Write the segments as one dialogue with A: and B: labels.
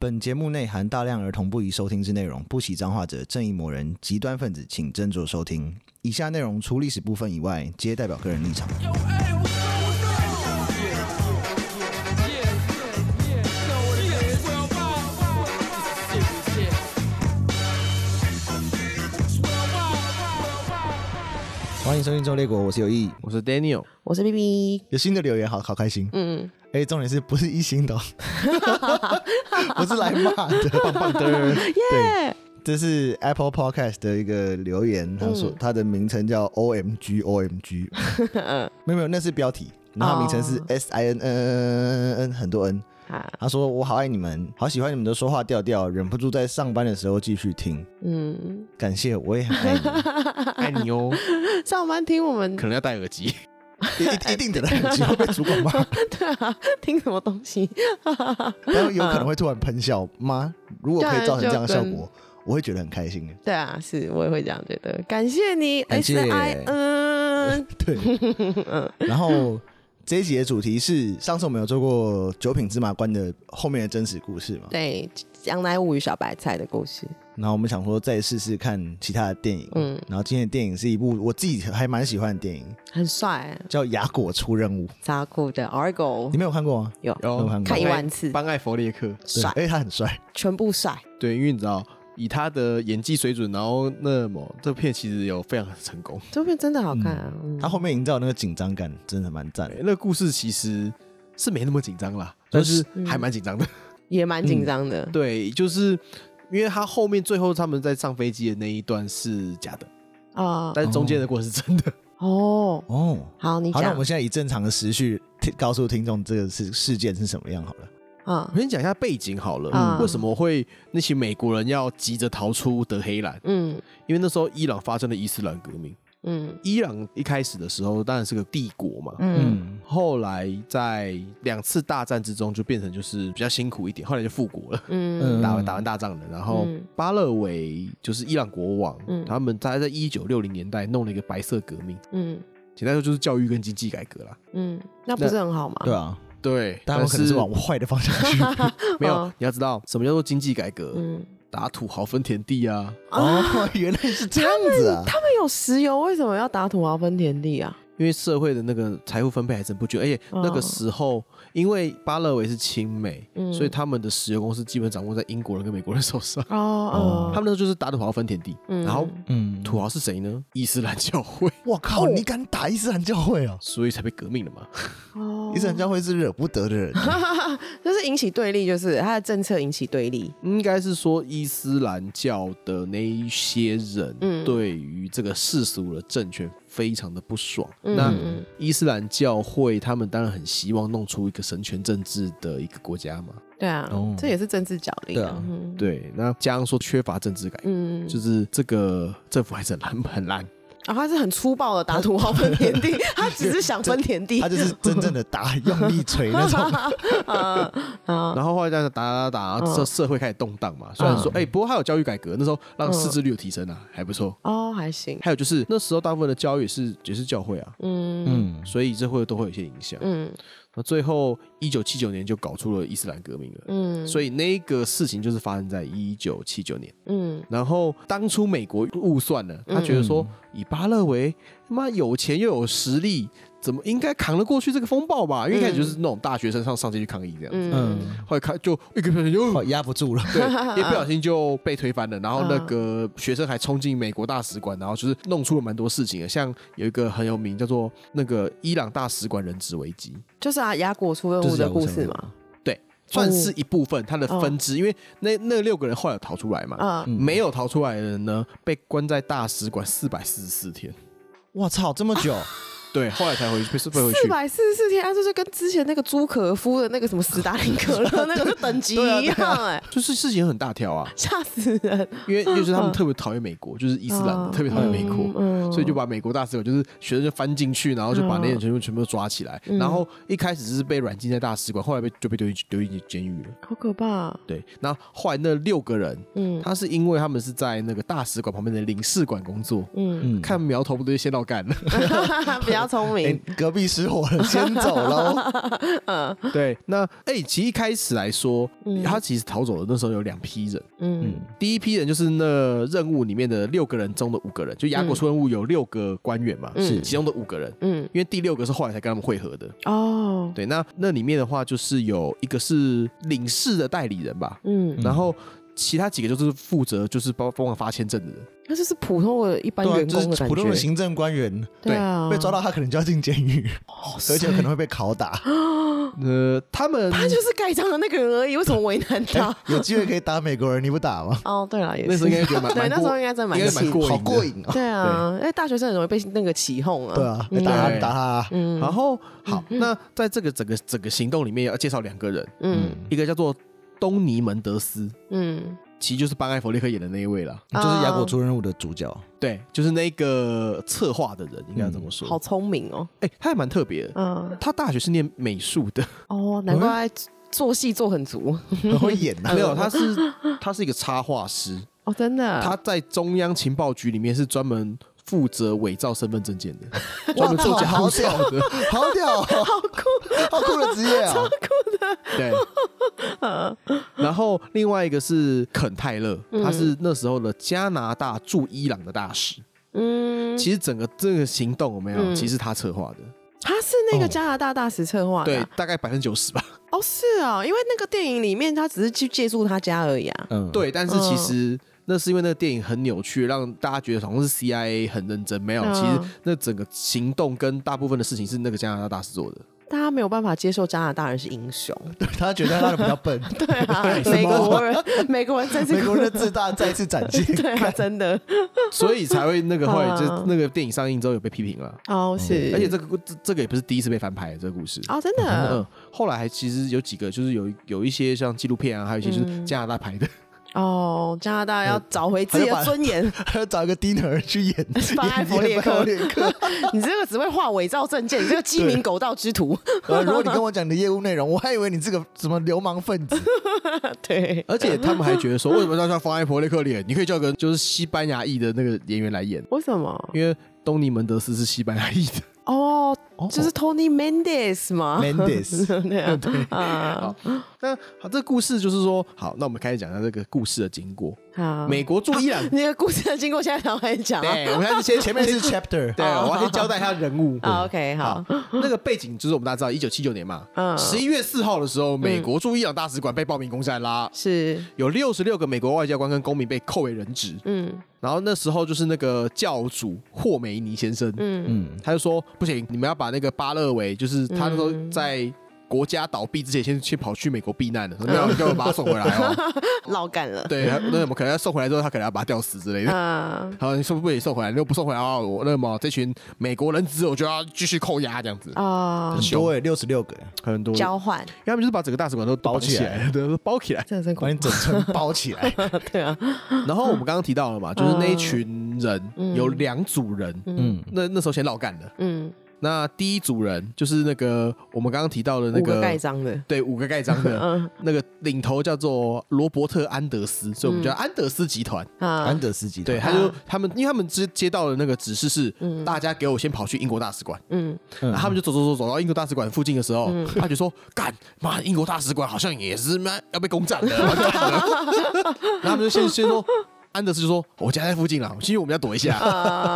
A: 本节目内含大量儿童不宜收听之内容，不喜脏话者、正义魔人、极端分子，请斟酌收听。以下内容除历史部分以外，皆代表个人立场。欢迎收听《周列国》，我是有意。
B: 我是 Daniel，
C: 我是 B B，
A: 有新的留言，好好开心。
C: 嗯，
A: 哎、重点是不是一星 的哦？我是来骂的， 棒棒的。对，这是 Apple Podcast 的一个留言，他说、
C: 嗯
A: 他的名称叫 O M G O M G，没有没有，那是标题，然后它名称是
C: 哦
A: S I N N N N N 很多 N。
C: 啊，
A: 他说我好爱你们，好喜欢你们的说话调调，忍不住在上班的时候继续听，
C: 嗯，
A: 感谢，我也很爱你们，
B: 爱你哦，
C: 上班听我们
B: 可，能要戴耳机。
A: 一一定等得很久被主管骂，
C: 对啊，听什么东西？
A: 但有可能会突然喷笑吗？如果可以造成这样的效
C: 对啊就
A: 果，我会觉得很开心的。
C: 对啊，是我也会这样觉得。感谢你
A: 感谢
C: ，S I N， 嗯
A: 对，然后这一集的主题是上次我们有做过九品芝麻官的后面的真实故事嘛？
C: 对，江南物语小白菜的故事，
A: 然后我们想说再试试看其他的电影，嗯
C: 嗯，
A: 然后今天的电影是一部我自己还蛮喜欢的电影，
C: 很帅、啊，
A: 叫《雅果出任务》，
C: 扎古的 Argo
A: 你没有看过吗？
C: 有
A: 我看过
C: 看一万次
B: 班艾弗列克，
A: 对
C: 帅，
A: 而且他很帅，
C: 全部帅，
A: 嗯
B: 对，因为你知道，以他的演技水准，然后那么这片其实有非常成功。
C: 这部片真的好看啊。嗯
A: 他后面营造那个紧张感真的蛮赞的
B: 对。哎那故事其实是没那么紧张啦，但是还蛮紧张的。
C: 也蛮紧张的，
B: 对，就是因为他后面最后他们在上飞机的那一段是假的，
A: 嗯
C: 啊、
B: 但是中间的过程是真的。
C: 哦，
A: 哦，
C: 好，你
A: 好，那
C: 讲
A: 我们现在以正常的时序听告诉听众这个事事件是什么样好了。
C: 啊
B: 我，先讲一下背景好了，
C: 嗯
B: 为什么会那些美国人要急着逃出德黑兰？
C: 嗯
B: 因为那时候伊朗发生了伊斯兰革命。
C: 嗯
B: 伊朗一开始的时候当然是个帝国嘛，
C: 嗯
A: 嗯，
B: 后来在两次大战之中就变成就是比较辛苦一点，后来就复国了，
C: 嗯
B: 打打完大仗了。然后
C: 嗯
B: 巴勒维就是伊朗国王，
C: 嗯
B: 他们大概在一九六零年代弄了一个白色革命，
C: 嗯
B: 简单说就是教育跟经济改革啦。
C: 嗯，那不是很好吗？
A: 对啊，
B: 对，
A: 但他们可能是往坏的方向去。
B: 没有
C: 嗯，
B: 你要知道什么叫做经济改革，
C: 嗯，
B: 打土豪分田地啊，
A: 哦，原来是这样子啊！
C: 他们有石油，为什么要打土豪分田地啊？
B: 因为社会的那个财富分配还真不均，而且那个时候，因为巴勒维是亲美，
C: 嗯
B: 所以他们的石油公司基本掌握在英国人跟美国人手上。
C: 哦
B: 他们那时候就是打土豪分田地，
C: 嗯
B: 然后
A: 嗯，哦
B: 土豪是谁呢？伊斯兰教会，
A: 我靠，你敢打伊斯兰教会哦？
B: 所以才被革命了嘛。
C: 哦
A: 伊斯兰教会是惹不得的人，啊
C: 就是引起对立，就是他的政策引起对立。
B: 应该是说伊斯兰教的那一些人
C: 嗯
B: 对于这个世俗的政权非常的不爽。
C: 嗯
B: 那
C: 嗯
B: 伊斯兰教会他们当然很希望弄出一个神权政治的一个国家嘛。
C: 对啊，
A: 哦
C: 这也是政治角力
A: 对啊
C: 嗯
B: 对，那加上说缺乏政治改革。
C: 嗯，
B: 就
C: 就是
B: 这个政府还是很烂，很烂。
C: 啊，他是很粗暴的打土豪分田 地，他只是想分田地
A: 他。就是真正的 打，用力锤那 种。
C: 啊啊，
B: 然后后来这样打打打
C: 嗯
B: 打，社社会开始动荡嘛。虽然说，哎，不过还有教育改革，那时候
C: 嗯
B: 让识字率有提升啊，还不错。
C: 哦，还行，
B: 还有就是那时候大部分的教育也是也是教会啊，
C: 嗯
A: 嗯，
B: 所以这会都会有一些影响。
C: 嗯
B: 那最后一九七九年就搞出了伊斯兰革命了。
C: 嗯，
B: 所以那个事情就是发生在一九七九年，
C: 嗯
B: 然后当初美国误算了，他觉得说
A: 嗯
B: 以巴勒维他妈有钱又有实力，怎么应该扛得过去这个风暴吧？因为一开始就是那种大学生上上街去抗议这样子，
C: 嗯
A: 嗯，
B: 后来看就一个不小心就
A: 我压不 住了。嗯
B: 对，一不小心就被推翻了。然后那个学生还冲进美国大使馆，然后就是弄出了蛮多事情的，像有一个很有名叫做那个伊朗大使馆人质危机，
C: 就是啊，雅果出任务的故事嘛。
B: 对，算是一部分它的分支，因为那那六个人后来有逃出来嘛。嗯
C: 啊，
A: 嗯
B: 没有逃出来的人呢，被关在大使馆四百四十四天，
A: 我操，哦这么久，
B: 对，后来才回去被被回
C: 四
B: 去。
C: 百四十四天，啊，这就跟之前那个朱可夫的那个什么斯大林 格勒那个是等级
B: 对啊
C: 一
B: 对啊
C: 样哎，
B: 就是事情很大条啊，
C: 吓死人！
B: 因为就是他们特别讨厌美 国，就是伊斯兰的特别讨厌美国，
C: 嗯
B: 所以就把美国大使馆就是学生就翻进去，然后就把那些人全部全部都抓起来，
C: 嗯
B: 然后一开始是被软禁在大使馆，后来被就被丢进丢进监狱了。
C: 好可怕啊。
B: 对，那后来那六个人，
C: 嗯
B: 他是因为他们是在那个大使馆旁边的领事馆工作，
C: 嗯，
B: 看苗头不对，先到干了，
C: 比较聪
A: 哎
C: 明。
A: 隔壁失火了，先走 喽。
C: 嗯
B: 对，那哎、其实一开始来说，他其实逃走的那时候有两批人，
C: 嗯
B: 第一批人就是那任务里面的六个人中的五个人，就雅果出任务有六个官员嘛，
C: 是
B: 其中的五个人，
C: 嗯，
B: 因为第六个是后来才跟他们会合的。
C: 哦，
B: 对，那那里面的话就是有一个是领事的代理人吧，
C: 嗯，
B: 然后其他几个就是负责就是帮帮忙发签证的人。
C: 那就是普通的一般
A: 对啊，
C: 员
A: 就
C: 工的
A: 是
C: 感
A: 普通的
C: 觉，
A: 行政官员
C: 对啊，哦
A: 被抓到，他可能就要进监狱，而且可能会被拷 打。
B: 呃，他们
C: 嗯他就是盖章的那个人而已，为什么为难他？
A: 有机会可以打美国人，你不打吗？
C: 哦，对了，也是
B: 那时候应该觉得蛮
C: 对，
B: 蛮
C: 那时候
B: 过
C: 应该真的
B: 应
C: 蛮
B: 该蛮
C: 气
B: 过瘾的
A: 好过瘾哦。
C: 对啊，因为大学生很容易被那个起哄 啊。
A: 对啊，
C: 嗯
A: 打他
B: 对
A: 打他，
C: 嗯
B: 然后好，那在这个整个整个行动里面要介绍两个人，
C: 嗯
B: 一个叫做东尼门德斯，
C: 嗯，
B: 其实就是班艾弗利克演的那一位啦。
A: 就是雅果出任务的主角。
B: 对，就是那个策划的人，应该这么说。
C: 好，聪明哦，
B: 哎、他还蛮特别的。
C: 嗯，
B: 他大学是念美术 的，
C: 哦，难怪做戏做很足
A: 很会演啊呐、
B: 没有，他是他是一个插画师，
C: 哦，真的。
B: 他在中央情报局里面是专门负责伪造身份证件的， 专门做假护照的。
A: 好屌、哦， 好酷，好酷的职业啊、
B: 对，然后另外一个是肯泰勒，
C: 嗯
B: 他是那时候的加拿大驻伊朗的大使。
C: 嗯，
B: 其实整个这个行动有没有，
C: 嗯
B: 其实他策划的，
C: 他是那个加拿大大使策划的
B: 对
C: 啊，
B: 大概百分之九十吧。
C: 哦，是啊，因为那个电影里面他只是去借住他家而已啊。
A: 嗯，
B: 对，但是其
C: 嗯
B: 实那是因为那个电影很扭曲，让大家觉得好像是 CIA 很认真，没有，
C: 嗯
B: 其实那整个行动跟大部分的事情是那个加拿大大使做的。
C: 大家没有办法接受加拿大人是英雄，
A: 对，他觉得他比较 笨，
C: 对啊，
A: 什么
C: 美国人，美国人在这
A: 美国人
C: 个，
A: 的自大再次展 现。
C: 对啊，真的，
B: 所以才会那个后来就
C: 嗯
B: 那个电影上映之后有被批评了，
C: 哦，是，
B: 而且这个这这个也不是第一次被翻拍这个故事。
C: 哦，真的
B: 嗯，，后来还其实有几个，就是有有一些像纪录片啊，还有一些
C: 嗯
B: 就是加拿大 拍的，
C: 哦，加拿大要找回自己的尊严，
A: 他要找一个 dinner 去 演，
C: 巴埃弗列
A: 演
C: 克
A: 巴埃弗列克。
C: 你这个只会画伪造证件，你这个鸡鸣狗盗之徒。
A: 呃如果你跟我讲你的业务内容，我还以为你这个什么流氓分 子。
C: 对，
B: 而且他们还觉得说，为什么要叫方艾伯雷克脸？你可以叫个就是西班牙裔的那个演员来演，
C: 为什么？
B: 因为东尼门德斯是西班牙裔的。
C: 哦，就是 Tony Mendes 嘛
A: Mendes
C: 对啊， 啊，
B: 好，那好，这故事就是说，好，那我们开始讲一下这个故事的经过。
C: 好，
B: 美国驻伊朗，
C: 那个故事的经过现在才开始讲 啊。
B: 对，我们还是先前
A: 前
B: 面
A: 面
B: 是
A: 是 chapter，
B: 对，我要先交代一下人物。
C: 啊，OK，好，
B: 那个背景就是我们大家知道，一九七九年嘛，
C: 嗯
B: 十一月四号的时候，美国驻伊朗大使馆被暴民攻占啦，
C: 是，
B: 有六十六个美国外交官跟公民被扣为人质。
C: 嗯
B: 然后那时候就是那个教主霍梅尼先生，
C: 嗯
A: 嗯，
B: 他就说不行，你们要把那个巴勒维，就是他那时候在国家倒闭之前，先先跑去美国避难了，没有，要把他送回来 哦。
C: 老干了，
B: 对，他那我们可能要送回来之后，他可能要把他吊死之类的。
C: 啊，
B: 好，你说不也送回来？你又不送回来啊，我那么这群美国人质，我就要继续扣押这样子，
C: 啊
A: 很，多哎，六十六个欸，
B: 很多。因啊为
C: 交换，
B: 他们就是把整个大使馆都
A: 包
B: 绑起
A: 起
B: 来，对，都 包起来。
C: 这真
A: 把你整层包起来。
C: 对啊，
B: 然后我们刚刚提到了嘛，就是那一群人有两组人，
A: 嗯，
B: 那那时候先老干的。
C: 嗯，
B: 那第一组人就是那个我们刚刚提到的那
C: 五个
B: 个
C: 盖章的，
B: 对，五个盖章的，
C: 嗯
B: 那个领头叫做罗伯特·安德斯，所以我
C: 嗯
B: 们叫安德斯集团。
C: 啊
A: 安，德斯集团
B: 对，他就他们，因为他们接接到的那个指示是，
C: 嗯
B: 大家给我先跑去英国大使馆。
C: 嗯
A: 嗯
B: 然后他们就走走走走到英国大使馆附近的时候，他就说：“干妈，英国大使馆好像也是妈要被攻占 了。完蛋了”然后他们就先先说。安德斯就说：“我家在附近啦，其实我们要躲一下。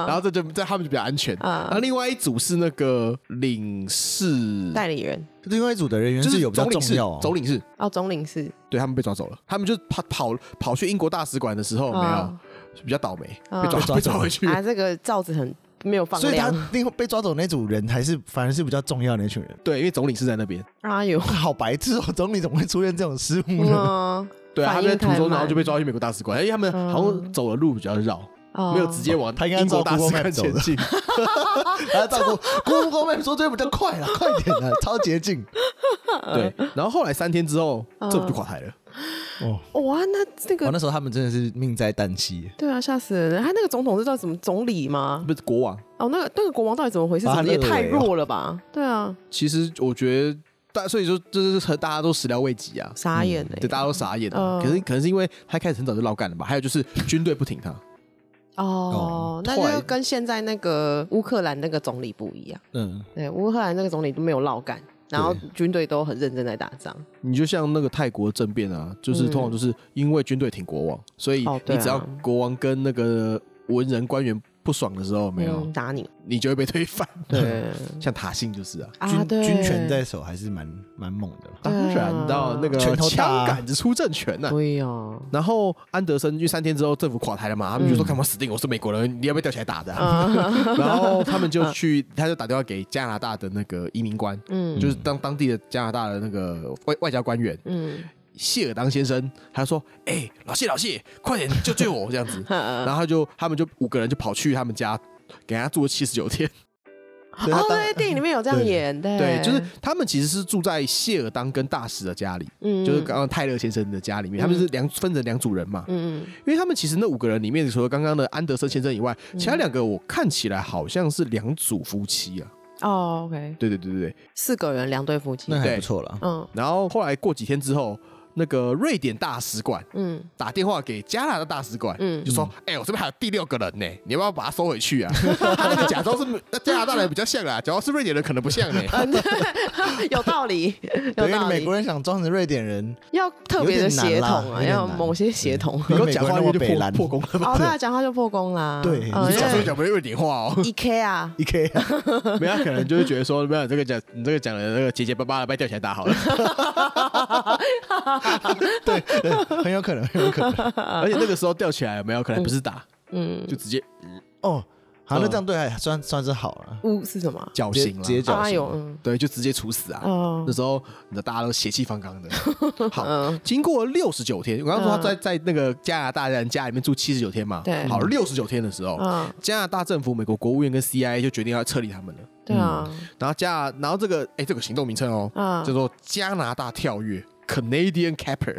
B: 然后这就在他们就比较安全。
C: 啊
B: 然后另外一组是那个领事，
C: 代理人，
A: 另外一组的人员
B: 就是是
A: 有比较
B: 总领
A: 重
B: 事
A: 要、哦，
B: 总领事。
C: 哦，总领事，
B: 对他们被抓走了，他们就跑跑跑去英国大使馆的时候，有没
C: 啊
B: 有比较倒霉，
C: 啊
B: 被抓
A: 被抓
B: 被抓
A: 走
B: 回去。
C: 啊，这个罩子很没有放
A: 所以他
C: 亮，
A: 另外被抓走那组人还是反而是比较重要的那群人。
B: 对，因为总领事在那边，
C: 啊有，
A: 好白痴哦，总理怎么会出现这种失误呢？
C: 嗯，
B: 对啊，他
C: 反
B: 们在
C: 应
B: 途
C: 太
B: 中然后
C: 慢嗯
B: 就被抓去美国大使馆，因为哎他们好像走的路比较绕，
C: 哦
B: 没有直接往
A: 他应该
B: 英国
A: 照
B: 大使
A: Google
B: 馆
A: Map 走
B: 前
A: 的
B: 进。
A: 还要照顾 Google Map 说这比较快啊，快点啊，超捷径。
B: 对，然后后来三天之后，
C: 嗯
B: 政府就垮台了。
A: 哦，
C: 哇，那这
A: 哇，
C: 个
A: 那时候他们真的是命在旦夕，
C: 对啊，吓死人了！他那个总统是叫什么总理吗？
B: 不是国王，
C: 哦，那个那个国王到底怎么回事？
A: 巴
C: 怎么也
A: 勒维
C: 太
A: 哦
C: 弱了吧？对啊，
B: 其实我觉得大，所以说就是和大家都始料未及啊。
C: 傻眼哎、
B: 对，大家都傻眼了。
C: 嗯
B: 可是可能是因为他一开始很早就老干了吧，还有就是军队不挺他，
C: 哦，那
B: 快
C: 就跟现在那个乌克兰那个总理不一样。
B: 嗯，
C: 对，乌克兰那个总理都没有落干，然后军队都很认真在打仗。
B: 你就像那个泰国政变啊，就是通常就是因为军队挺国王，所以
C: 嗯哦对
B: 你
C: 啊
B: 只要国王跟那个文人官员不爽的时候，没有
C: 嗯 打你。
B: 你就会被推翻。
C: 对
B: 像塔信就是啊，
C: 啊，
A: 军
C: 对，
A: 军权在手还是蛮蛮猛的啦。
B: 当
C: 啊
B: 然到那个
A: 拳头大
B: 枪
A: 啊
B: 杆子出政权呐、
C: 对 呀，
B: 然后安德森因为三天之后政府垮台了嘛，他们就说：“
C: 嗯
B: 看我死定，我是美国人，你要被吊起来打的啊、
C: 啊，
B: 然后他们就去，他就打电话给加拿大的那个移民官，
C: 嗯
B: 就是当当地的加拿大的那个外外交官员
C: 嗯，
B: 谢尔当先生，他说：“哎、老谢老谢，快点救救我！” 这样子，
A: 嗯
B: 然
C: 哦
B: 后他就他们就五个人就跑去他们家，给他住了七十九天。
A: 所以他
C: 哦，
A: 当
C: 对，电影里面有这样
A: 对
C: 演，对，
B: 对，就是他们其实是住在谢尔当跟大使的家里，
C: 嗯
B: 就是刚刚泰勒先生的家里面，他们是两分成两组人嘛。
C: 嗯
B: 因为他们其实那五个人里面，除了刚刚的安德森先生以外，其他两个我看起来好像是两组夫妻啊。
C: 嗯哦，OK，
B: 对对对对对。
C: 四个人两对夫妻
A: 那，还
B: 对
A: 不错啦。
C: 嗯
B: 然后后来过几天之后，那个瑞典大使馆
C: 嗯
B: 打电话给加拿大大使馆，
C: 嗯
B: 就说：“哎、我这边还有第六个人呢，你要不要把他收回去啊？” 他那个假装是那加拿大人比较像啦，假如是瑞典人可能不像呢。
C: 有 道理，有
A: 对，因
C: 道
A: 为美
C: 理
A: 国，人想装成瑞典人，
C: 要特别的协同
A: 有
C: 啊，
A: 点难啦有点
C: 要
A: 难
C: 某些协 同啊。
A: 对
B: 跟我讲话
A: 因为美国人那么
B: 就
A: 北
B: 破
A: 蓝
B: 破功了吧？
C: 哦，对啊，讲话就破功啦。
A: 对
C: 嗯
B: 你
A: 对
B: 小 时
C: 因
B: 候
C: 为
B: 讲不瑞典话哦，
C: E K 啊，
A: 你可以啊
B: 没有他可能就会觉得说，没有你这个讲你这个讲的那个结结巴巴的，被吊起来打好了。
A: 对，对很有可能， 很有可能。
B: 而且那个时候吊起来有没有可能不是打，
C: 嗯，
B: 就直接
A: 哦，好，那
B: 嗯
A: 这样对还算算是好了，
C: 五是什么？
B: 绞
A: 直接
B: 刑
A: 直
B: 了，
A: 接绞
C: 啊，
A: 刑。
C: 有嗯
B: 对，就直接处死啊。
C: 哦
B: 那时候你知道大家都血气方刚 的。好
C: 嗯，
B: 经过六十九天，我刚刚说他在在那个加拿大人家里面住七十九天嘛，
C: 对
B: 好，六十九天的时候，
C: 嗯，
B: 加拿大政府、美国国务院跟 CIA 就决定要撤离他们了。
C: 对啊，
B: 然后加，然后这个哎，这个行动名称哦，
A: 嗯
C: 啊
B: 叫，做加拿大跳跃 （Canadian Capper）。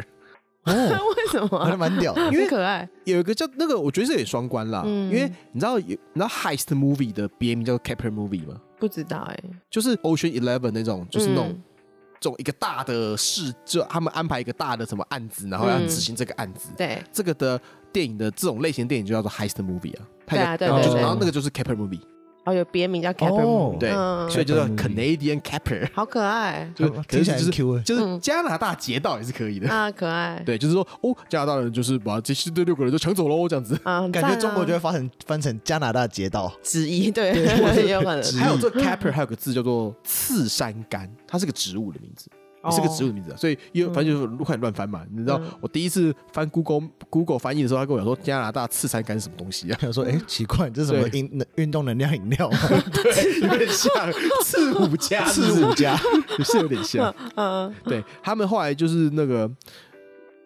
A: 哦，
C: 为什么
A: 还
C: 啊？
A: 蛮 屌的。
C: 因为可爱，
B: 有一个叫那个，我觉得这也双关啦，因
C: 嗯
B: 为你知道有你知道 heist movie 的别名叫做 Capper movie 吗？
C: 不知道哎，
B: 就是 Ocean Eleven 那种，就是那种、
C: 嗯
B: 这种一个大的事，就他们安排一个大的什么案子，然后要执行这个案子。
C: 对，
B: 这个的电影的这种类型电影就叫做 heist movie 啊，它
C: 对
B: 叫
C: 啊对
A: 对
B: 就是
A: 对
B: 然后那个就是 Capper movie，
C: 哦，有别名叫 c a p e r m o
A: 哦
C: o，
B: 对，
C: 嗯
B: 所以就叫
A: Capper
B: Canadian Capper，
C: 好可爱
B: 就
A: 听起来
B: 就是
A: 很 Q 哎。
B: 就是
C: 嗯
B: 加拿大劫道也是可以的。
C: 啊，可爱，
B: 对，就是说哦，加拿大人就是把这这六个人都抢走喽，这样子。
C: 啊，
A: 感觉
C: 赞啊
A: 中国就会发成翻成加拿大街道，
C: 之一，对，也 有可能
A: 之一？
B: 还有这 capper 还有个字叫做刺山柑，它是个植物的名字，
C: 哦
B: 是个植物的名字啊，所以因为反正就是快点乱翻嘛。你知道
C: 嗯
B: 我第一次翻 Google Google 翻译的时候，他跟我讲说加拿大刺山柑是什么东西啊
A: 想说哎，奇怪，这是什么
B: 对
A: 运运动能量饮料吗？
B: 有点像刺五加，
A: 是五加，
B: 是有点像。
C: 嗯，
B: 对他们后来就是那个。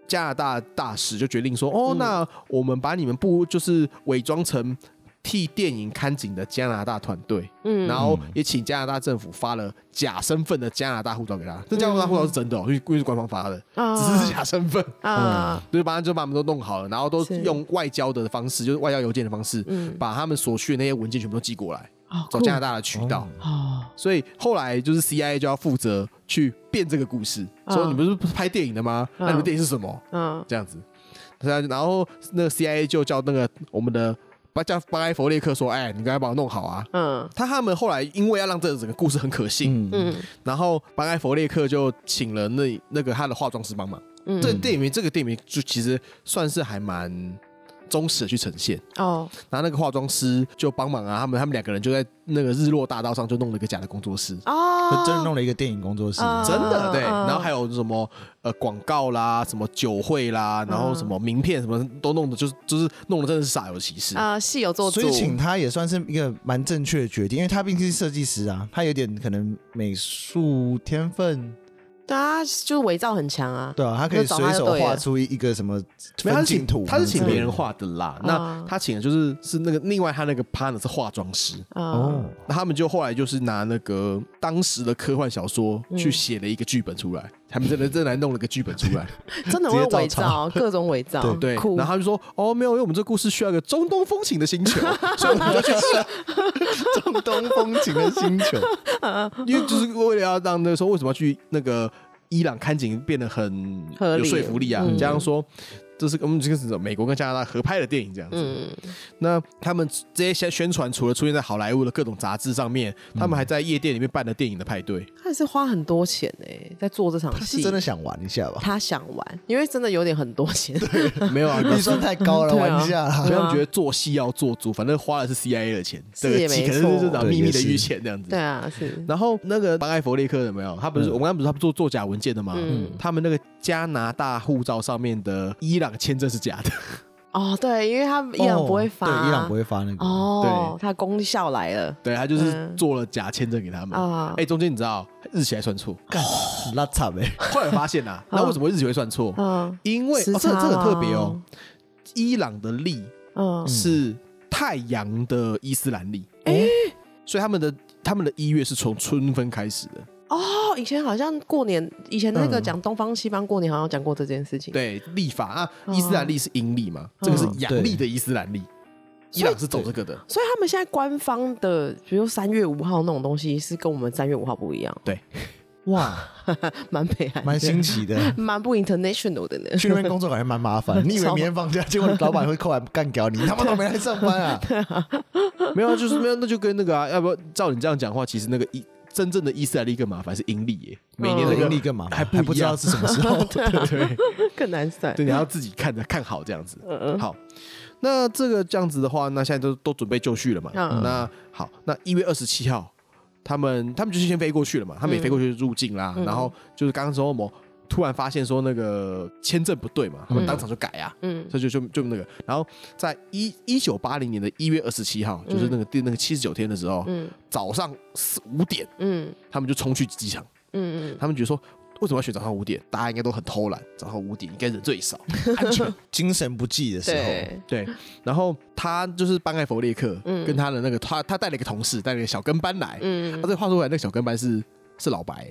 B: 加拿大大使就决定说：“哦，那我们把你们部就是伪装成替电影看景的加拿大团队，
C: 嗯
B: 然后也请加拿大政府发了假身份的加拿大护照给他。这加拿大护照是真的、哦，因为因为是官方发的，
C: 嗯啊
B: 只是假身份。
A: 嗯
C: 啊，
B: 对，把他就把他们都弄好了，然后都
C: 是
B: 用外交的方式，就是外交邮件的方式，
C: 嗯
B: 把他们所需的那些文件全部都寄过来，
C: 好
B: 走
C: 酷
B: 加拿大的渠道。
C: 哦，
B: 所以后来就是 CIA 就要负责去变这个故事，
C: 嗯
B: 说你们不是拍电影的吗？那你们
C: 嗯
B: 电影是什么？
C: 嗯
B: 这样子，对啊然后那个 CIA 就叫那个我们的巴叫巴埃佛列克说：“哎，你赶快帮我弄好啊！”
C: 嗯
B: 他他们后来因为要让这整个故事很可信，
A: 嗯，
C: 嗯
B: 然后巴埃佛列克就请了那那个他的化妆师帮忙。
C: 嗯，
B: 这电影名这个电影名就其实算是还蛮忠实的去呈现。
C: 哦，
B: 然后那个化妆师就帮忙啊，他们他们两个人就在那个日落大道上就弄了一个假的工作室。
A: 就
C: 哦，
A: 真的弄了一个电影工作室，
C: 啊
B: 真的
C: 嗯
B: 对，
C: 嗯
B: 然后还有什么呃广告啦，什么酒会啦，然后什么名片什么都弄的，就是就是弄的真的是煞有其事。
C: 啊，戏有做主
A: 所，以请他也算是一个蛮正确的决定，因为他毕竟是设计师啊，他有点可能美术天分，
C: 对啊，就是伪造很强啊，
A: 对啊，他可以随手画出一个什么
B: 没有他
A: 分
B: 是
A: 镜
B: 请
A: 图，嗯
B: 他是请别人，画的啦。那
C: 啊
B: 他请的就是是那个另外他那个 partner 是化妆师，
C: 啊
A: 哦，
B: 那他们就后来就是拿那个当时的科幻小说去写了一个剧本出来，他们真的真的来弄了个剧本出来，
C: 真的会
A: 直接
C: 伪
A: 照抄
C: 造，各种伪造，
B: 对，
C: 酷
B: 然后他就说哦没有，因为我们这故事需要一个中东风情的星 球，所以我们就去设
A: 中东风情的星球，
B: 因为就是为了要让那个时候为什么要去那个伊朗看景变得很
C: 合
B: 有
C: 理
B: 说服力啊，
C: 嗯
B: 加上说这是我们这个是美国跟加拿大合拍的电影这样子。
C: 嗯，
B: 那他们这些宣宣传除了出现在好莱坞的各种杂志上面，他们还在夜店里面办了电影的派对。
C: 他也是花很多钱哎、在做这场
A: 他是
C: 戏，
A: 真的想玩一下吧？
C: 他想玩，因为真的有点很多 钱，
B: 没有啊，
A: 预算哦太高了，
C: 对啊
A: 玩一下啦
B: 不。
C: 对啊
B: 要觉得做戏要做足，反正花的是 CIA 的钱，
C: 是
B: 这个
C: 也
B: 几
C: 没
B: 可能是这
C: 错
B: 种
A: 对
B: 秘密的
A: 也是
B: 预钱这样子
C: 对。啊，是
B: 然后那个邦艾弗列克有没有？他不是、
A: 嗯
B: 我刚刚不是他不做作假文件的吗？
C: 嗯
B: 他们那个加拿大护照上面的伊朗签证是假的，
C: 哦，对，因为他伊朗不会发，
A: 对，伊朗不会发那个。
C: 哦，他功效来了
B: 对他就是
C: 嗯
B: 做了假签证给他们。哎、
C: 啊，
B: 中间你知道日期还算 错，
A: 拉惨哎，
B: 后来发现啦、那为什么日期会算错？
C: 嗯
B: 因为、哦、
C: 啊时
B: 这个
C: 差
B: 这个很特别哦
C: 啦，
B: 伊朗的历
C: 嗯，
B: 是太阳的伊斯兰历，
C: 哎
B: 所以他们的他们的一月是从春分开始的。
C: 哦，以前好像过年，以前那个
A: 嗯
C: 讲东方西方过年，好像讲过这件事情，，
B: 对，历法啊，
C: 哦嗯
B: 伊斯兰历是阴历嘛，这个是阳历的伊斯兰历，伊朗是走这个的。
C: 所以他们现在官方的，比如三月五号那种东西，是跟我们三月五号不一样，
A: 哇，
C: 蛮北韩的，
A: 蛮新奇 的。
C: 蛮不 international 的呢。
A: 去那边工作感觉蛮麻烦，你以为明天放假，结果老板会扣来干掉你，你他妈都没来上班啊！
B: 没有啊，就是没有，那就跟那个啊，要不照你这样讲话，其实那个伊真正的伊斯兰历更麻烦，是阴历耶，每年
C: 嗯
B: 那个
A: 盈利干嘛？
B: 还
A: 不
B: 不一
A: 知
B: 样
A: 道是什么时候。
B: 对
C: 更难算。
B: 对，你要自己看着看好这样子。
C: 嗯嗯
B: 好，那这个这样子的话，那现在都都准备就绪了嘛？
C: 嗯
B: 那好，那一月二十七号，他们他们就是先飞过去了嘛，他们也飞过去入境啦，
C: 嗯
B: 然后就是刚刚说某突然发现说那个签证不对嘛，他们当场就改啊。
C: 嗯
B: 所以就就就那个，然后在一一九八零年的一月二十七号，就是那个第那个七十九天的时候，
C: 嗯
B: 早上四五点，
C: 嗯
B: 他们就冲去机场，
C: 嗯嗯，
B: 他们觉得说为什么要选早上五点？大家应该都很偷懒，早上五点应该人最少，安全。
A: 精神不济的时候，
C: 对，
B: 对，然后他就是班艾弗列克，
C: 嗯
B: 跟他的那个他他带了一个同事，带了一个小跟班来。
C: 嗯
B: 他、这话说回来，那个小跟班是是老白、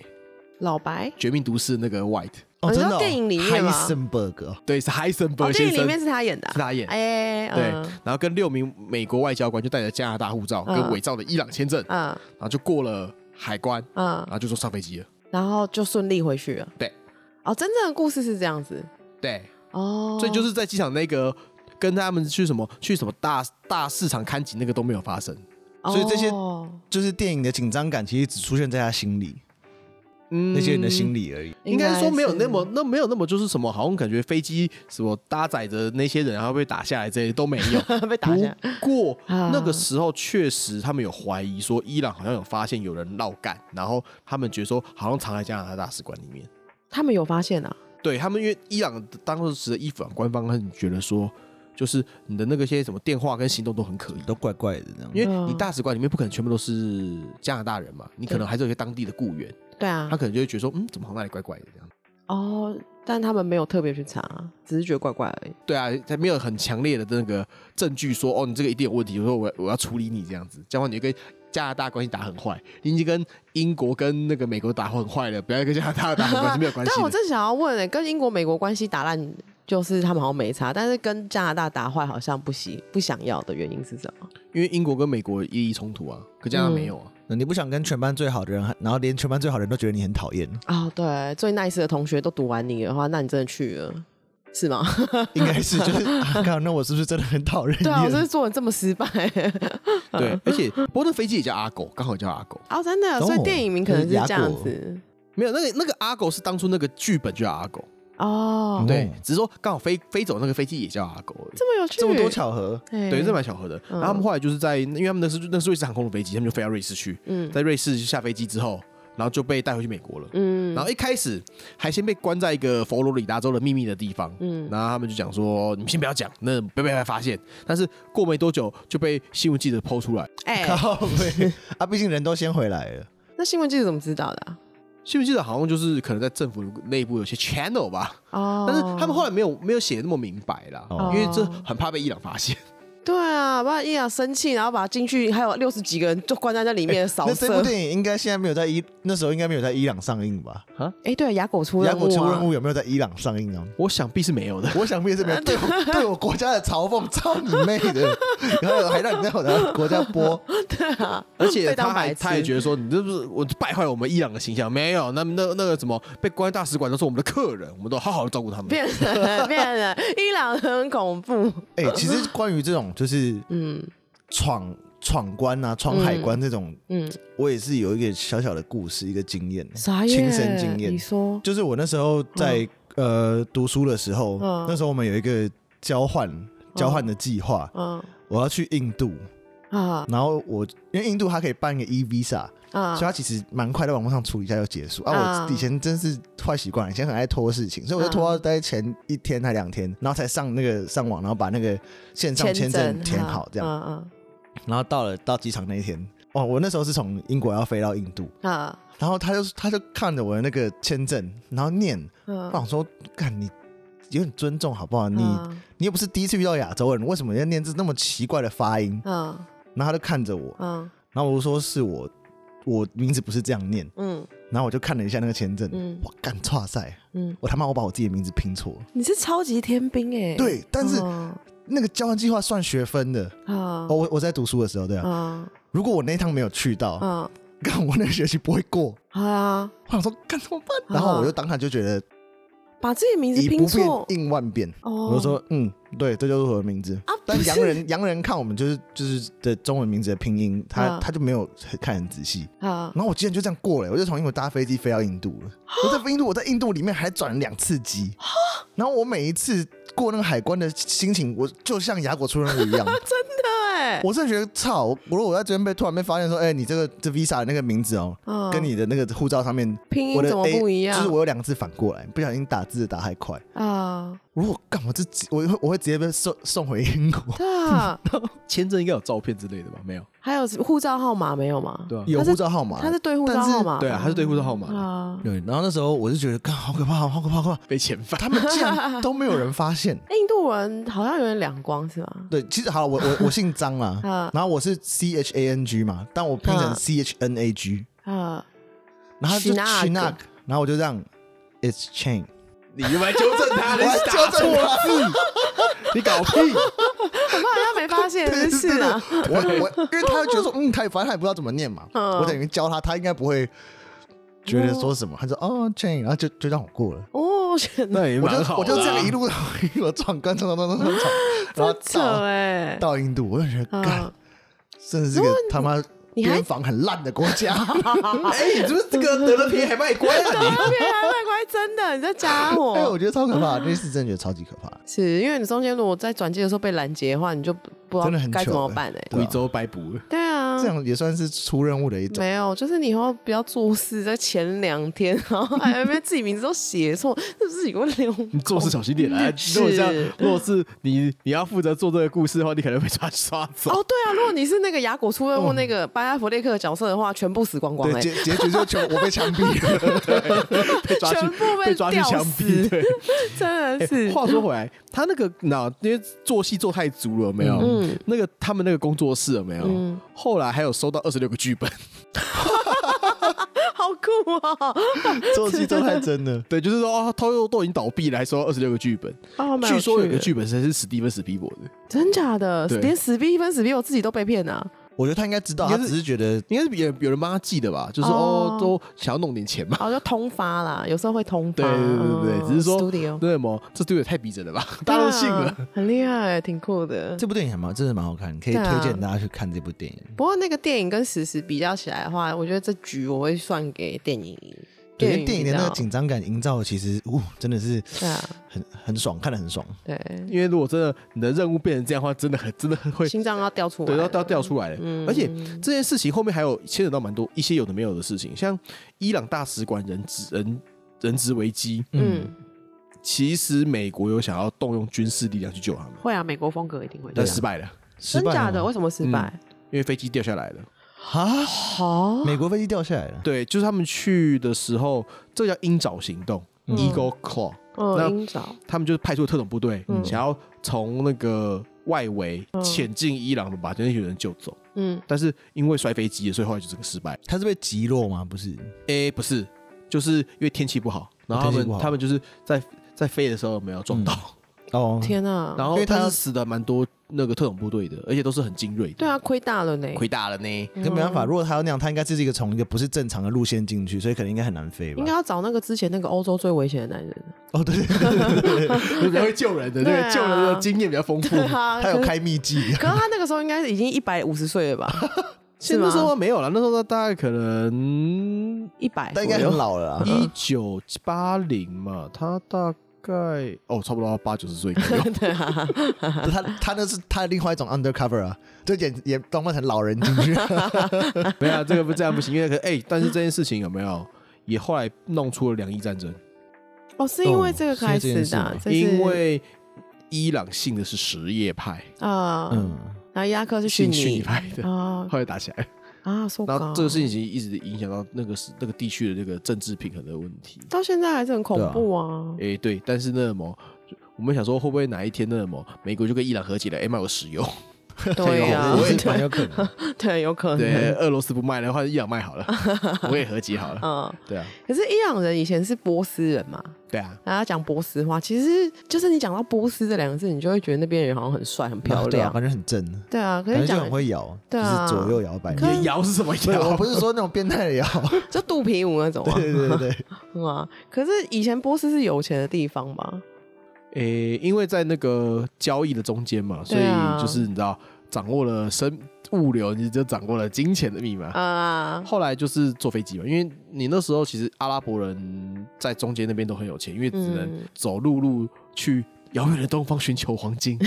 C: 老白，
B: 绝命毒师》那个 White，
A: 哦，
C: 你
A: 真
C: 知
A: 的
C: 道
A: 哦。
C: 电影里面吗
A: Heisenberg 哦
B: 对，是 Heisenberg
C: 哦，电
B: 先
C: 影里
B: 生、
C: 面是他演的
B: 是
C: 啊，
B: 他演。
C: 哎，
B: 对
C: 嗯，
B: 然后跟六名美国外交官就带着加拿大护照跟
C: 嗯
B: 伪造的伊朗签证，
C: 嗯
B: 然后就过了海关，然
C: 嗯，
B: 后就说上飞机了。
C: 然后就顺利回去了。
B: 对，
C: 哦，真正的故事是这样子
B: 对，
C: 哦，
B: 所以就是在机场那个跟他们去什么去什么大大市场看景那个都没有发生。
A: 所以这些
C: 哦
A: 就是电影的紧张感，其实只出现在他心里，
B: 嗯
A: 那些人的心里而已。
B: 应该是说没有那么
C: 是
B: 那没有那么就是什么，好像感觉飞机什么搭载着那些人然后被打下来这些都没有。
C: 被 打
B: 不
C: 下来。
B: 过
C: 啊
B: 那个时候确实他们有怀疑说伊朗好像有发现有人绕干，然后他们觉得说好像藏在加拿大大使馆里面。
C: 他们有发现啊，
B: 对他们，因为伊朗当时的伊朗官方很觉得说，就是你的那个些什么电话跟行动都很可疑。
C: 嗯
A: 都怪怪的这样。
B: 因为你大使馆里面不可能全部都是加拿大人嘛，你可能还是有一些当地的雇员，
C: 对啊
B: 他，可能就会觉得说，嗯，怎么好像那里怪怪的这样。
C: 哦，但他们没有特别去查，啊只是觉得怪怪而已。
B: 对啊，他没有很强烈的那个证据说，哦，你这个一定有问题，我说我我要处理你这样子，这样的话你就跟加拿大关系打很坏，你已经跟英国跟那个美国打很坏了，不要跟加拿大打很坏是没有关系
C: 但我
B: 的。
C: 真想要问、欸，跟英国、美国关系打烂，就是他们好像没差，但是跟加拿大打坏好像不喜不想要的原因是什么？
B: 因为英国跟美国利益冲突啊，可加拿大没有啊。
A: 你不想跟全班最好的人，然后连全班最好的人都觉得你很讨厌，
C: 哦，对，最 nice 的同学都读完你的话，那你真的去了。是 吗？
A: 应该是就是，啊靠，那我是不是真的很讨人厌？
C: 对啊，我就是做人这 么失败
B: 对，而且不过那飞机也叫阿狗，刚好叫阿狗，
C: 哦，真的，
A: 懂
C: 所以电影名可能是这
A: 雅
C: 样
A: 果
C: 子
B: 没有那个那个阿狗是当初那个剧本就叫阿狗，
C: 哦，
B: 对，只是说刚好飞飞走那个飞机也叫阿狗而已。
C: 这么有趣，
A: 这么多巧合，
C: 哎，
B: 对，这蛮巧合的。然后他们后来就是在，因为他们那是那是瑞士航空的飞机，他们就飞到瑞士去，
C: 嗯
B: 在瑞士下飞机之后，然后就被带回去美国了。
C: 嗯
B: 然后一开始还先被关在一个佛罗里达州的秘密的地方，
C: 嗯
B: 然后他们就讲说哦你们先不要讲，那被被发现。但是过没多久就被新闻记者剖出来，
C: 哎、
A: 靠 背啊，毕竟人都先回来了，
C: 那新闻记者怎么知道的啊、
B: 新闻记者好像就是可能在政府内部有些 channel 吧，
C: 哦，
B: 但是他们后来没有没有写得那么明白啦，
A: 哦
B: 因为这很怕被伊朗发现。
C: 对啊，把伊朗生气，然后把他进去，还有六十几个人就关在那里面扫
A: 哎那这部
C: 射。
A: 电影应该现在没有在伊，那时候应该没有在伊朗上映吧？
C: 哎，对，雅狗出
A: 雅
C: 任
A: 果出
C: 务
A: 任
C: 啊，
A: 务有没有在伊朗上映啊？
B: 我想必是没有的。
A: 我想必是没 有对我对我国家的嘲讽，操你妹的！然后还让你在我的国家播，
C: 对啊，
B: 而且
C: 被
B: 他
C: 当
B: 还
C: 白痴
B: 他也觉得说，你这不是我败坏我们伊朗的形象？没有，那那那个什么被关在大使馆都是我们的客人，我们都好好的照顾他们。
C: 变成变成伊朗很恐怖。
A: 哎、其实关于这种就是
C: 嗯
A: 闯闯关啊、闯海关这种，
C: 嗯，
A: 我也是有一个小小的故事、一个经验，
C: 啥 耶？
A: 亲身经验
C: 你。说，
A: 就是我那时候在、呃读书的时候，
C: 嗯
A: 那时候我们有一个交换交换的计划，
C: 嗯
A: 我要去印度，
C: 啊
A: 然后我因为印度它可以办一个 e visa，、
C: 啊
A: 所以它其实蛮快在网络上处理一下就结束
C: 啊
A: 啊。我以前真是坏习惯，以前很爱拖事情，所以我就拖到大概前一天还两天，然后才上那个上网，然后把那个线上签证啊填好这样。
C: 样
A: 然后到了到机场那一天，哦，我那时候是从英国要飞到印度，
C: 啊啊
A: 然后他就他就看着我的那个签证，然后念，我
C: 嗯，
A: 想说，干你。有点尊重好不哦好？你
C: 啊
A: 你又不是第一次遇到亚洲人，为什么要念这那么奇怪的发音？
C: 嗯
A: 然后他就看着我，
C: 嗯
A: 然后我就说是我我名字不是这样念，
C: 嗯
A: 然后我就看了一下那个签证，
C: 嗯
A: 哇，干差赛，
C: 嗯，
A: 我他妈我把我自己的名字拼错了。
C: 你是超级天兵哎，
A: 对，但是
C: 嗯
A: 那个交换计划算学分的。
C: 啊
A: 哦，我我在读书的时候，对啊，
C: 啊
A: 如果我那一趟没有去到，
C: 啊
A: 干我那个学期不会过。
C: 啊！
A: 我想说干怎么办？
C: 啊
A: 然后我就当场就觉得
C: 把自己名字
A: 以
C: 拼
A: 不变
C: 错
A: 应万变，
C: 哦
A: 我就说嗯，对，这就是我的名字。
C: 啊，
A: 但
C: 不是
A: 洋人洋人看我们就是就是的中文名字的拼音，他
C: 啊
A: 他就没有很看很仔细。
C: 啊
A: 然后我竟然就这样过了，我就从英国搭飞机飞到印度了。我在印度，我在印度里面还转了两次机。
C: 啊
A: 然后我每一次过那个海关的心情，我就像牙果出任务一样。
C: 对，
A: 我真的觉得操！我如果我在这边被突然被发现说，哎、你这个这 Visa 的那个名字哦，
C: 嗯
A: 跟你的那个护照上面，
C: 拼
A: 我
C: 音
A: 的
C: 怎么
A: A-
C: 不一样？
A: 就是我有两个字反过来，不小心打字打太快。
C: 啊，
A: 如果干我这我会我会直接被送送回英国。
C: 对啊，
B: 签证应该有照片之类的吧？没有，
C: 还有护照号码没有吗？
B: 对啊，
A: 有
C: 他是
A: 护照号码，
C: 他是对护照
A: 但是
C: 号码，
B: 对啊，他是对护照号码
C: 啊。
A: 对。然后那时候我就觉得，干好可怕，好可怕，好可怕！
B: 被遣返。
A: 他们竟 然都没有人发现。
C: 印度人好像有点两光是吧？，
A: 对，其实好，我我我姓张啦
C: 啊
A: 然后我是 C H A N G 嘛，但我拼成
C: 啊
A: C H N A G，
C: 啊，
A: 然后他就 c
C: Chinag
A: h i n a g 然后我就这样 It's Chain，
B: 你又来纠正他，
A: 我
B: 你
A: 还
B: 是
A: 纠
B: 打
A: 正
B: 错
A: 他，
B: 你搞 屁！
C: 我好像没发现，真是啊，
A: 对我我因为他就觉得说，嗯，他也反正他也不知道怎么念嘛，
C: 嗯
A: 我等于教他，他应该不会觉得说什么，他说哦 Chain，然后就就让我过了。
C: 哦，真的
B: 那也
A: 我
B: 蛮
A: 就
B: 好
A: 我
B: 的啊
A: 就这样一路 我闯关闯闯闯闯 闯，然后
C: 真扯
A: 到
C: 哎，
A: 到印度，我就觉得干
C: 啊，，
A: 真的是个他妈
C: 你还
A: 边防很烂的国家。
B: 哎，你是不是这个得了便宜还卖乖啊？
C: 特别还卖乖，真的，你这家
A: 哎、我
C: 伙。
A: 觉得超可怕，那次真的觉得超级可怕。
C: 是因为你中间如果在转机的时候被拦截的话，你就不不知
A: 真的
C: 道
A: 很
C: 该怎
A: 糗
C: 么
A: 欸
C: 办哎。
B: 你贵州白补，
C: 对啊，
A: 这样也算是出任务的一种。
C: 没有，就是你以后不要做事，在前两天，然 后还没自己名字都写错，是不是有溜？
B: 你做事小心点
A: 哦
B: 啊！
C: 是
B: 如果像如果是你你要负责做这个故事的话，你可能被抓抓走。
C: 哦，对啊，如果你是那个雅果出任务那个班阿弗列克的角色的话，全部死光光
A: 对
C: 哎、
A: 结结局就全我被枪毙了，
B: 被抓去
C: 全部被
B: 被抓去
C: 吊
B: 枪
C: 死
B: 毙。 对，
C: 真的
B: 哎
C: 是，
B: 话说回来，他那个那因为做戏做太足了，有没有？
C: 嗯
B: 那个他们那个工作室有没有？
C: 嗯
B: 后来还有收到二十六个剧本，
C: 好酷 哦，
A: 做戏做太真了。
B: 对，就是说哦，他都都已经倒闭了，还收到二十六个剧本。
C: 哦，蛮
B: 据说有
C: 趣
B: 个
C: 的
B: 剧本是是史蒂芬史皮伯的，
C: 真假的，
B: 对
C: 连史逼分史逼我自己都被骗啊，
A: 我觉得他应该知道，
B: 应该
A: 他
B: 是
A: 只是觉得
B: 应该是有有人帮他记的吧？就是
C: 哦
B: 哦，都想要弄点钱嘛。
C: 然后就通发啦，有时候会通发，嗯
B: 对对对对对，只是说
C: studio，
B: 对么这 studio 也太逼真了吧？大家都信了。
C: 对啊，很厉害，挺酷的。
A: 这部电影还蛮真的蛮好看，可以
C: 对啊
A: 推荐大家去看这部电影。
C: 不过那个电影跟史实比较起来的话，我觉得这局我会算给电影赢。
A: 对，因为电影的
C: 比
A: 那
C: 较
A: 个紧张感营造，其实呜，真的是
C: 对啊，
A: 很很爽，看得很爽。
C: 对，
B: 因为如果真的你的任务变成这样的话，真的很真的很会
C: 心脏要掉出来
B: 对，
C: 了，
B: 要要掉出来了。
C: 嗯
B: 而且这件事情后面还有牵扯到蛮多一些有的没有的事情，像伊朗大使馆人质人人质危机，
C: 嗯，
B: 其实美国有想要动用军事力量去救他们，
C: 会啊，美国风格一定会这
B: 但
C: 样。
B: 失败了，
A: 失
C: 真
A: 败了
C: 假
A: 吗
C: 的？为什么失败？
B: 因为飞机掉下来了。
A: 哈，
C: 好，
A: 美国飞机掉下来了。
B: 对，就是他们去的时候，这个叫鹰爪行动、
C: 嗯
B: e a g l e Claw），
C: 嗯，
B: 那
C: 鹰爪，
B: 他们就是派出特种部队，
C: 嗯
B: 想要从那个外围
C: 嗯
B: 潜进伊朗，把那些人救走。
C: 嗯，
B: 但是因为摔飞机了，所以后来就整个失败。
A: 他是被击落吗？不是，
B: 诶、不是，就是因为天气不好，然后他
A: 天气不
B: 们
A: 好
B: 他们就是在在飞的时候没有撞到，
A: 哦，
C: 天 啊！
B: 然后
A: 因为他
B: 他是死的蛮多那个特种部队的，而且都是很精锐的。
C: 对啊，亏大了呢，
B: 亏大了 呢。
A: 可没办
C: 嗯
A: 法，如果他要那样，他应该是一个从一个不是正常的路线进去，所以可能应该很难飞吧
C: 应该。要找那个之前那个欧洲最危险的男人。
A: 哦，对对对对对对对，
B: 你比较会救人的，
C: 对
B: 对
C: 啊，
B: 救人的经验比较丰富。
C: 啊
A: 他有。开秘籍。
C: 可是他那个时候应该已经一百五十岁了吧？
B: 其实那时候没有了，那时候大概可能
C: 一百，
A: 但应该很老了啦，
C: 呃
A: 啊
B: 一九八零嘛，他大概哦，差不多八九十岁左右。
C: 对啊，
A: 他他那是他的另外一种 undercover 啊，就演演装扮成老人进
C: 嗯
A: 去，
B: 没有啊，这个不这样不行，因为可哎、但是这件事情有没有也后来弄出了两伊战争？
C: 哦，是因为这个开
A: 哦是因为这件
C: 始
A: 事
C: 的啊
A: 吗，
C: 这是
B: 因为伊朗信的是什叶派，
C: 啊，
A: 嗯，
C: 然后伊拉克是
B: 信
C: 逊
B: 逊尼
C: 尼
B: 派的，
C: 啊
B: 后来打起来，
C: 啊，说
B: 然后这个事
C: 情
B: 情其实一直影响到那个时那个地区的这个政治平衡的问题。
C: 到现在还是很恐怖啊。
B: 哎、对，但是那什么，我们想说会不会哪一天那什么，美国就跟伊朗合起来，哎、卖我石油，
C: 对 啊
A: 我，也
C: 对
A: 蛮有可 能。
C: 对，有可
B: 对，
C: 能。
B: 俄罗斯不卖了，换伊朗卖好 了，我也合集好了，
C: 嗯，
B: 对啊，
C: 可是伊朗人以前是波斯人嘛，
B: 对啊，
C: 大家讲波斯话，其实就是你讲到波斯这两个字，你就会觉得那边人好像很帅、很漂
A: 对啊
C: 亮。
A: 感觉很正，
C: 对啊，可
A: 感
C: 是
A: 觉就
C: 讲
A: 很会摇，
C: 对啊
A: 就是左右摇摆。
C: 可
B: 你
A: 不
B: 的摇是什么
A: 是我
B: 摇
A: 不？是说那种变态的摇，
C: 就肚皮舞那种啊，
A: 对对对对，
C: 嗯啊。可是以前波斯是有钱的地方吧？
B: 诶、因为在那个交易的中间嘛，所
C: 对
B: 以
C: 啊
B: 就是你知道，掌握了生物流，你就掌握了金钱的密码。
C: 啊，
B: 后来就是坐飞机嘛，因为你那时候其实阿拉伯人在中间那边都很有钱，因为只能
C: 嗯
B: 走陆路去遥远的东方寻求黄 金。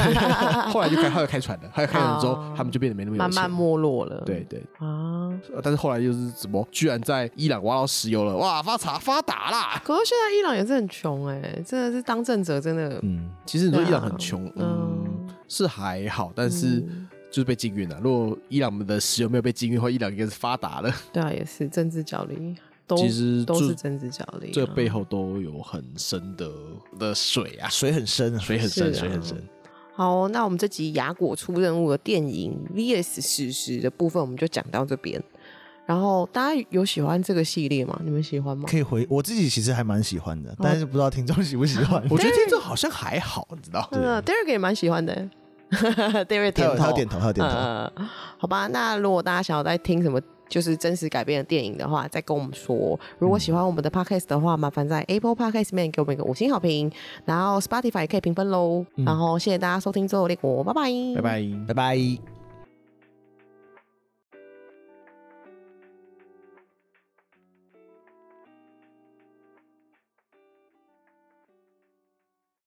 B: 后来就开，后来开船了，后来开船之后，
C: 哦
B: 他们就变得没那么有
C: 慢
B: 钱。
C: 慢没落了。
B: 对对，
C: 啊，
B: 呃但是后来就是怎么，居然在伊朗挖到石油了，哇，发财发达啦！
C: 可是现在伊朗也是很穷哎、真的是当政者真的，
A: 嗯，
B: 其实你说
C: 对啊
B: 伊朗很穷，嗯，
C: 嗯，
B: 是还好，但是
C: 嗯
B: 就是被禁运了。啊如果伊朗的石油没有被禁运的话，伊朗应该是发达了。
C: 对啊，也是政治角力，都
B: 其实
C: 都
B: 就是
C: 政治角力、啊，
B: 这背后都有很深的的水啊，
A: 水很深啊，
B: 水很深，
C: 是啊
B: 水很深。
C: 好哦、那我们这集雅果出任务的电影 VS 史实的部分，我们就讲到这边。然后大家有喜欢这个系列吗？你们喜欢吗？
A: 可以回。我自己其实还蛮喜欢的，
C: 哦
A: 但是不知道听众喜不喜欢。
B: 我觉得听众好像还好，你知道？
C: 真的，Derek 呃也蛮喜欢的。Derek
A: 他
C: 点
A: 有
C: 头，
A: 他有点头，他有点头。
C: 呃，好吧，那如果大家想要再听什么就是真实改编的电影的话，再跟我们说。如
A: 嗯
C: 果喜欢我们的 podcast 的话，麻烦在 Apple Podcast 里面给我们一个五星好评，
A: 嗯
C: 然后 Spotify 也可以评分喽。然后谢谢大家收听《周游列国》，拜
B: 拜。
C: 拜，
B: 拜。
A: 拜拜。